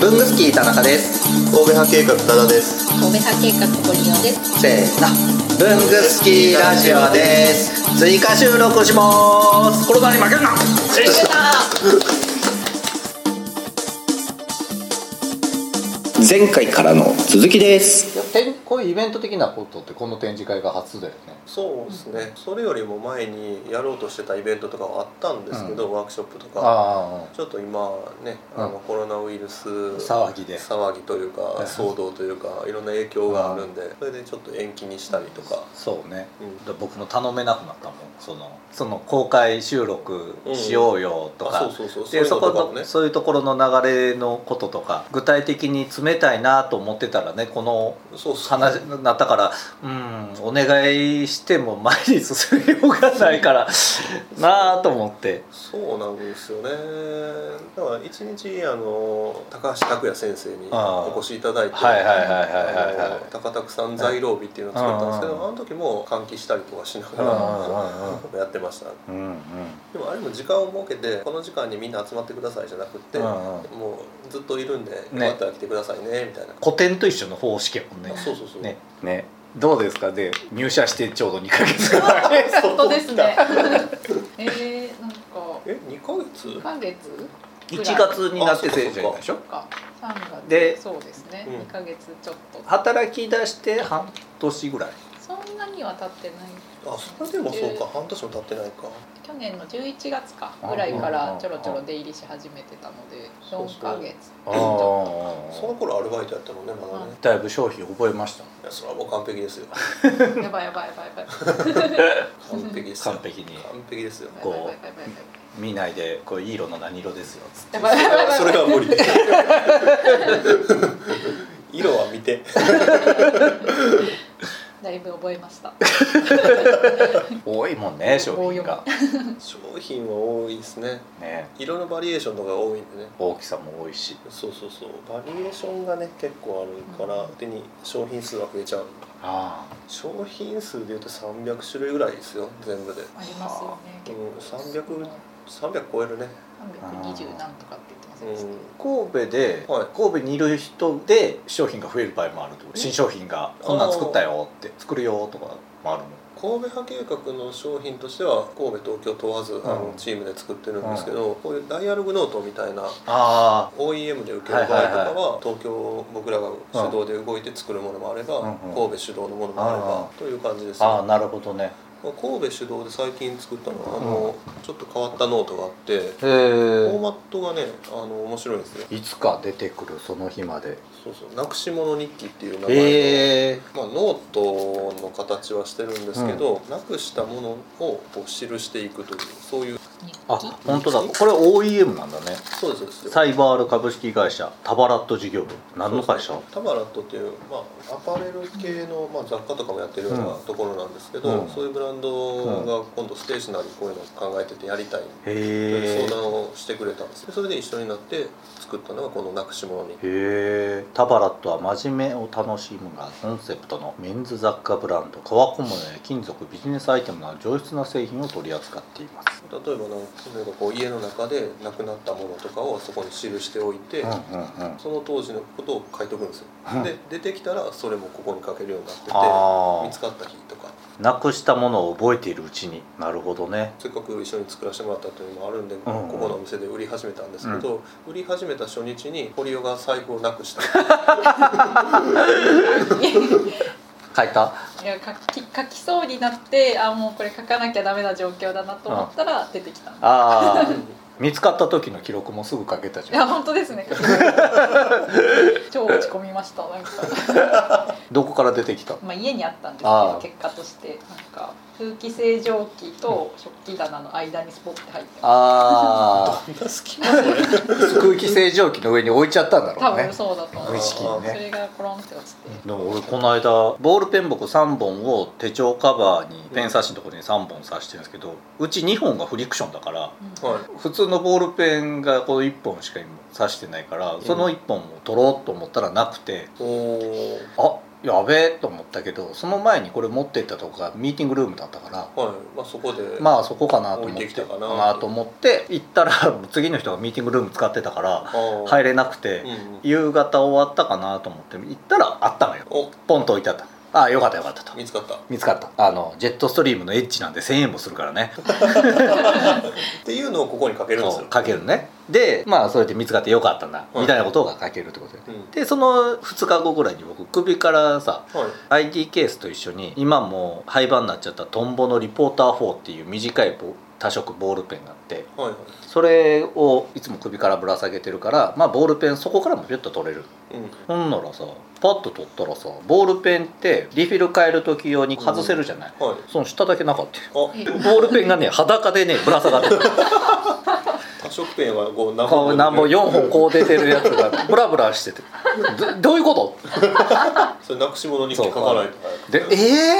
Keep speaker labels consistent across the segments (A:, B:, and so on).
A: 文具好き田中です
B: 神戸派計画多田です
C: 神戸派計画ポリノです
A: せーの文具好きラジオです追加収録しますコロナに負けるな
D: 前回からの続きです
E: いや展こういうイベント的なことってこの展示会が初だよね
B: そうですねそれよりも前にやろうとしてたイベントとかはあったんですけど、ワークショップとか
E: あ
B: ちょっと今ねあの、
E: うん
B: コロナウイルス
E: 騒ぎで
B: 騒ぎというか
E: い
B: 騒動というかいろんな影響があるんでそれでちょっと延期にしたりとか、
E: そうね
B: うん
E: 僕も頼めなくなったもんそのその公開収録しようよとか、
B: あそうそうそう
E: でそう
B: そい
E: こ
B: うのとかもね
E: のそういうところの流れのこととか具体的に冷たいなと思ってたらねこの
B: そうそう
E: 話になったからうんお願いしても前に進みようがない からなあと思って
B: そうなんですよねだから一日あの高橋拓也先生に
E: あー
B: お越しいただいて
E: はいはいはいはいはいはい
B: あの高拓さん在廊日っていうのを作ったんですけ
E: うん
B: どあの時も換気したりとかしながら やってました
E: うんうん
B: でもあれも時間を設けてこの時間にみんな集まってくださいじゃなくって
E: うんうん
B: もうずっといるんでよ
E: ね
B: かったら来てくださいねみたいな
E: 古典と一緒の方式やもんね
B: あそうそうそう
E: ねねどうですかで入社してちょうど2ヶ月ぐらい
C: 本当です ねえー、なんか
B: え二2ヶ月
C: 2ヶ月
E: 1月になって正社員でしょ
C: か3月
E: で
C: そうですね、
B: うん
C: 2ヶ月ちょっと
E: 働き出して半年ぐらい
C: そんなには経ってない
B: あそれでもそうか半年も経ってないか
C: 去年の11月かぐらいか
E: あ
C: ら
E: あ
C: ちょろちょろ出入りし始めてたので
B: そう
C: 4
B: そう
C: ヶ月
E: あ
B: その頃アルバイトやったもんねまだね
E: だいぶ商品覚えました
B: いやそれはもう完璧ですよ
C: やばいやばいやばいやばい
B: 完璧ですよ
E: 完璧に
B: 完璧ですよ
E: こう
C: やばいやばい
E: 見ないでこれいい色の何色ですよつって
C: やばいやばいやばいやばい やば
B: そ
C: い
B: れは無理色は 見て
C: だいぶ覚えました
E: 多いもんね商品が
B: 商品は多いですね
E: ね
B: 色のバリエーションとかが多いんでね
E: 大きさも多いし
B: そうそうそうバリエーションがね結構あるから手に商品数は増えちゃう
E: あ
B: 商品数でいうと300種類ぐらいですよ全部で
C: ありますよね結
B: うん
C: 構
B: 300 300超えるね
C: 320何とかって言ってませんでした
B: う
E: 神戸で、
B: はい
E: 神戸にいる人で商品が増える場合もあるってこと新商品がこんなん作ったよって作るよとかもあるの
B: 神戸派計画の商品としては神戸東京問わずあの
E: うん
B: チームで作ってるんですけど、こういうダイアログノートみたいな
E: あ
B: OEM で受ける場合とか
E: はいはい
B: は東京僕らが主導で動いて作るものもあれば
E: うんうん
B: 神戸主導のものもあればという感じです
E: あああ
B: よ
E: なるほどね
B: まあ神戸主導で最近作ったのはあのちょっと変わったノートがあって
E: へ
B: フォー
E: え
B: マットがねあの面白いんですよ
E: いつか出てくるその日まで
B: そうそう「なくし物日記」っていう名前の、
E: へえ
B: まあ、ノートの形はしてるんですけど、なくしたものをこう記していくというそういう
C: 日記
E: あ本当だこれ OEM なんだね
B: そうですそうです
E: サイバール株式会社タバラット事業部何の会社
B: そうそうタバラットっていう、まあ、アパレル系の、まあ、雑貨とかもやってるような
E: うん
B: ところなんですけど、
E: うん
B: そういうブランドが今度ステーショナリーこういうの考えててやりたい
E: へ
B: という相
E: え
B: 談をしてくれたんですでそれで一緒になって作ったのがこの「なくし物日記」
E: へえタバラットは真面目を楽しむがコンセプトのメンズ雑貨ブランド革小物や金属ビジネスアイテムなど上質な製品を取り扱っています
B: 例えばなんか例えばこう家の中でなくなったものとかをそこに記しておいて、
E: うん
B: その当時のことを書いとくんですよ、
E: うん
B: で出てきたらそれもここに書けるようになってて
E: あー
B: 見つかった日とか
E: なくしたものを覚えているうちになるほどね
B: せっかく一緒に作らせてもらったというのもあるんで、ここのお店で売り始めたんですけど、売り始めた初日に堀尾が財布をなくした
E: 書いた
C: いや書き書きそうになってあもうこれ書かなきゃダメな状況だなと思ったら出てきたい
E: あー見つかった時の記録もすぐ書けたじゃん
C: や本当です ね超落ち込みましたなんか、
E: どこから出てきた
C: まあ、家にあったんですけ
E: ああ
C: ど結果としてなんか空気清浄機と食器棚の間にスポッて入ってま
E: あ
B: 好きなそれ
E: あ空気清浄機の上に置いちゃったんだ
C: す多
E: ろうね
C: 分そうだと思う
E: 無意識に
C: そ
E: ね
C: れがコロンって落ちて
E: でも俺この間ボールペン箱3本を手帳カバーにペン差しのところに3本刺してるんですけどうち2本がフリクションだから
C: うん
B: はい
E: 普通のボールペンがこの1本しか今刺してないからその1本を取ろうと思ったらなくて
B: おー
E: あやべえと思ったけどその前にこれ持ってったとこがミーティングルームだったから
B: はいまあ、そこで、
E: まあそこかなと思って
B: 置いてきたかな
E: と思って行ったら 次の人がミーティングルーム使ってたから
B: あ
E: 入
B: れ、
E: れなくて、
B: うんうん
E: 夕方終わったかなと思って行ったらあったのよ
B: お
E: ポンと置いてあったああよかったよかったと
B: 見つかったっ
E: 見つかったあのジェットストリームのエッジなんで1000円もするからね
B: ていうのをここにかけるんです
E: そう
B: よ
E: かけるねでまあそうやって見つかってよかったんだ、
B: はい
E: みたいなことが書けるってことで、
B: うん
E: でその2日後ぐらいに僕首からさ
B: はい
E: ID ケースと一緒に今もう廃盤になっちゃったトンボのリポーター4っていう短いボ多色ボールペンがあって
B: はいは
E: それをいつも首からぶら下げてるからまあボールペンそこからもピュッと取れる
B: い、うん、
E: ほんならさパッと取ったらさボールペンってリフィル変える時用に外せるじゃない、
B: はい
E: その下だけなかったよボ
B: あ
E: ールペンがね裸でねぶら下がってる
B: 多色ペンはこう何
E: こうなんぼ4本
B: う
E: こう出てるやつがブラブラしててどどういうこ
B: それなくし物に引っかかないとか
E: とでえ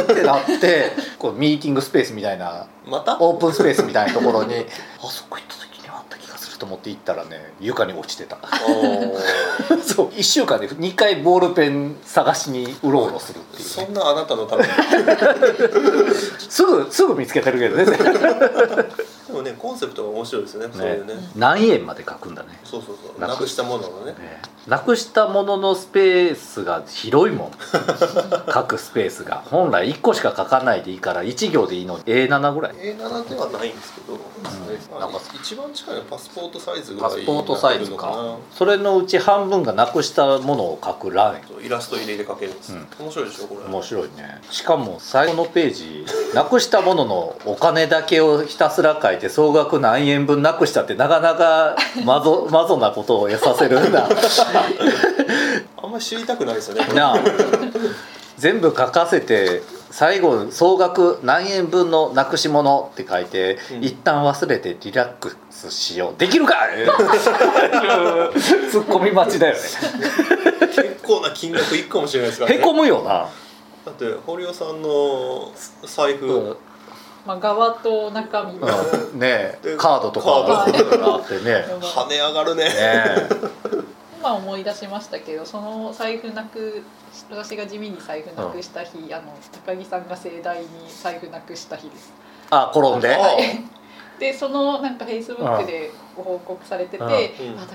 E: ーってなってこうミーティングスペースみたいな
B: また
E: オープンスペースみたいなところにあそこ行った時にあった気がすると思って行ったらね床に落ちてた
B: お ー
E: そう1週間で2回ボールペン探しにうろうろするっていう
B: そんなあなたのために
E: すぐすぐ見つけてるけどね
B: でもねコンセプトが面白いですよねそういうね
E: 何円まで書くんだね
B: そうそうそう
E: なく
B: なくしたもののね
E: ねなくしたもののスペースが広いもん 書くスペースが本来1個しか書かないでいいから1行でいいのに A7 ぐらい
B: A7 ではないんですけど、
E: な
B: なんん
E: か
B: か一番近いのはパスポートサイズぐら
E: パ
B: い
E: ス
B: に
E: ポ
B: な
E: ー
B: って
E: トサイ
B: る
E: ズ
B: の
E: か
B: か
E: それのうち半分がなくしたものを書く欄
B: なイラスト入れで描けるんです、
E: うん
B: 面白いでしょこれ
E: 面白いねしかも最後のページなくしたもののお金だけをひたすら書いて総額何円分なくしたってなかなかマ ゾマゾな ことを得させるんだ
B: あんまり知りたくないですよねこれ
E: なあ全部書かせて最後総額何円分のなくし物って書いて、
B: うん
E: 一旦忘れてリラックスしようできるか ツッコミ待ちだよね
B: 結構な金額いくかもしれないですか ら
E: へ
B: ね
E: こむよな、
B: だって堀尾さんの財布、
E: うん
C: まあ、側と中身が
E: ねえ
B: で
E: カードとか
B: カ
E: あってね
B: 跳ね上がるね
E: ね
C: 今思い出しましたけどその財布なく私が地味に財布なくした日、あの高木さんが盛大に財布なくした日です
E: あ転んで
B: あ
C: でそのなんかフェイスブックでご報告されてて、
E: う
C: あ
E: ん
B: うん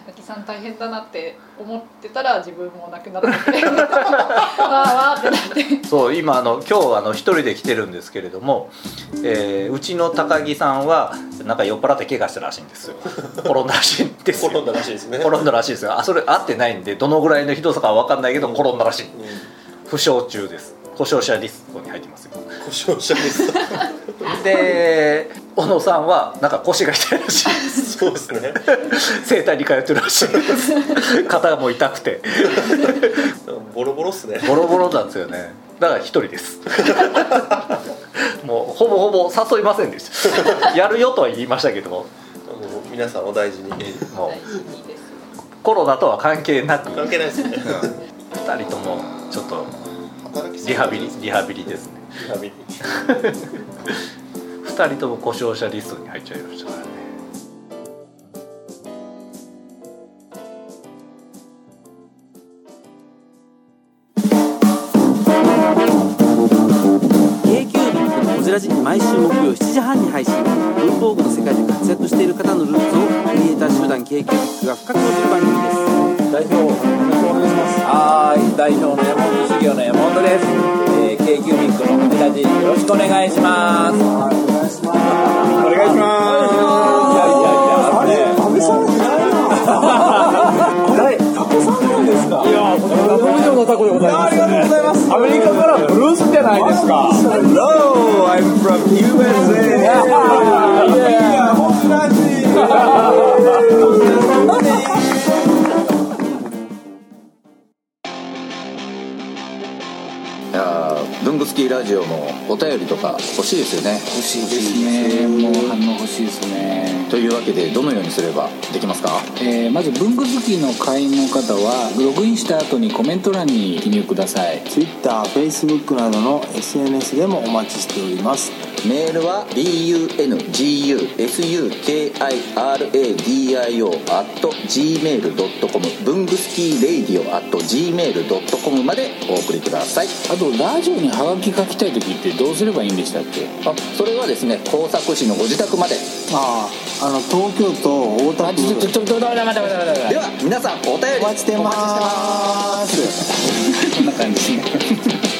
C: 高木さん大変だなって思ってたら自分もなくなって てわーわーってなって
E: そう今あの今日あの一人で来てるんですけれども、えーうちの高木さんはなんか酔っ払って怪我したらしいんですよ転んだらしいんですよ
B: 転んだらしいですね
E: 転んだらしいですよあそれ合ってないんでどのぐらいのひどさかは分かんないけど転んだらしい
B: うん
E: 負傷中です故障者リストに入ってますよ
B: 故障者です
E: で小野さんはなんか腰が痛いらしいです
B: そうですね
E: 整体に通ってるらしいです肩も痛くて
B: ボロボロっすね
E: ボロボロなんですよねだから一人ですもうほぼほぼ誘いませんでしたやるよとは言いましたけども
B: もう皆さんお大事に
E: も
C: 大事にです
E: うコロナとは関係なく
B: 関係ないですね
E: 2人ともちょっと
B: 働きすぎ
E: リハビリリハビリですね
B: リハビリ
E: 2人とも故障者リストに入っちゃいましたからね
F: こちらじ毎週木曜7時半に配信文房具の世界で活躍している方のルーツをクリエイター集団 k q b i c が深く掘る番組です代表お願いしますはい代表の山本修行の山本です、えー、k q b i c のこちらじよろしくお願いしますお願いしますお願いしますいやいやいやあれ安倍さんじゃないな誰タコさんなんですかいやこちら道場のタコでございますありがとうございますアメリカからブルースじゃないですか Hello I'm from USA
D: いやー文具スキーラジオもお便りとか欲しいですよね
G: 欲しいですねもう反応欲しいですね、
D: というわけでどのようにすればできますか
G: えーまず文具好きの会員の方はログインした後にコメント欄に記入ください
F: TwitterFacebook などの SNS でもお待ちしております
D: メールは bunguskiradio.gmail.com 文具スキーレイディオ at gmail.com までお送りください
G: あとラジオにハガキ書きたい時ってどうすればいいんでしたっけ
D: あそれはですね工作士のご自宅まで
F: あああの東京都大田
G: あ
F: 区
G: ちょちょちょちょ待って待って待って待
D: では皆さんお便り
F: お待ちしてます
D: お待ちし
G: ってこ
D: てます
G: んな感じですね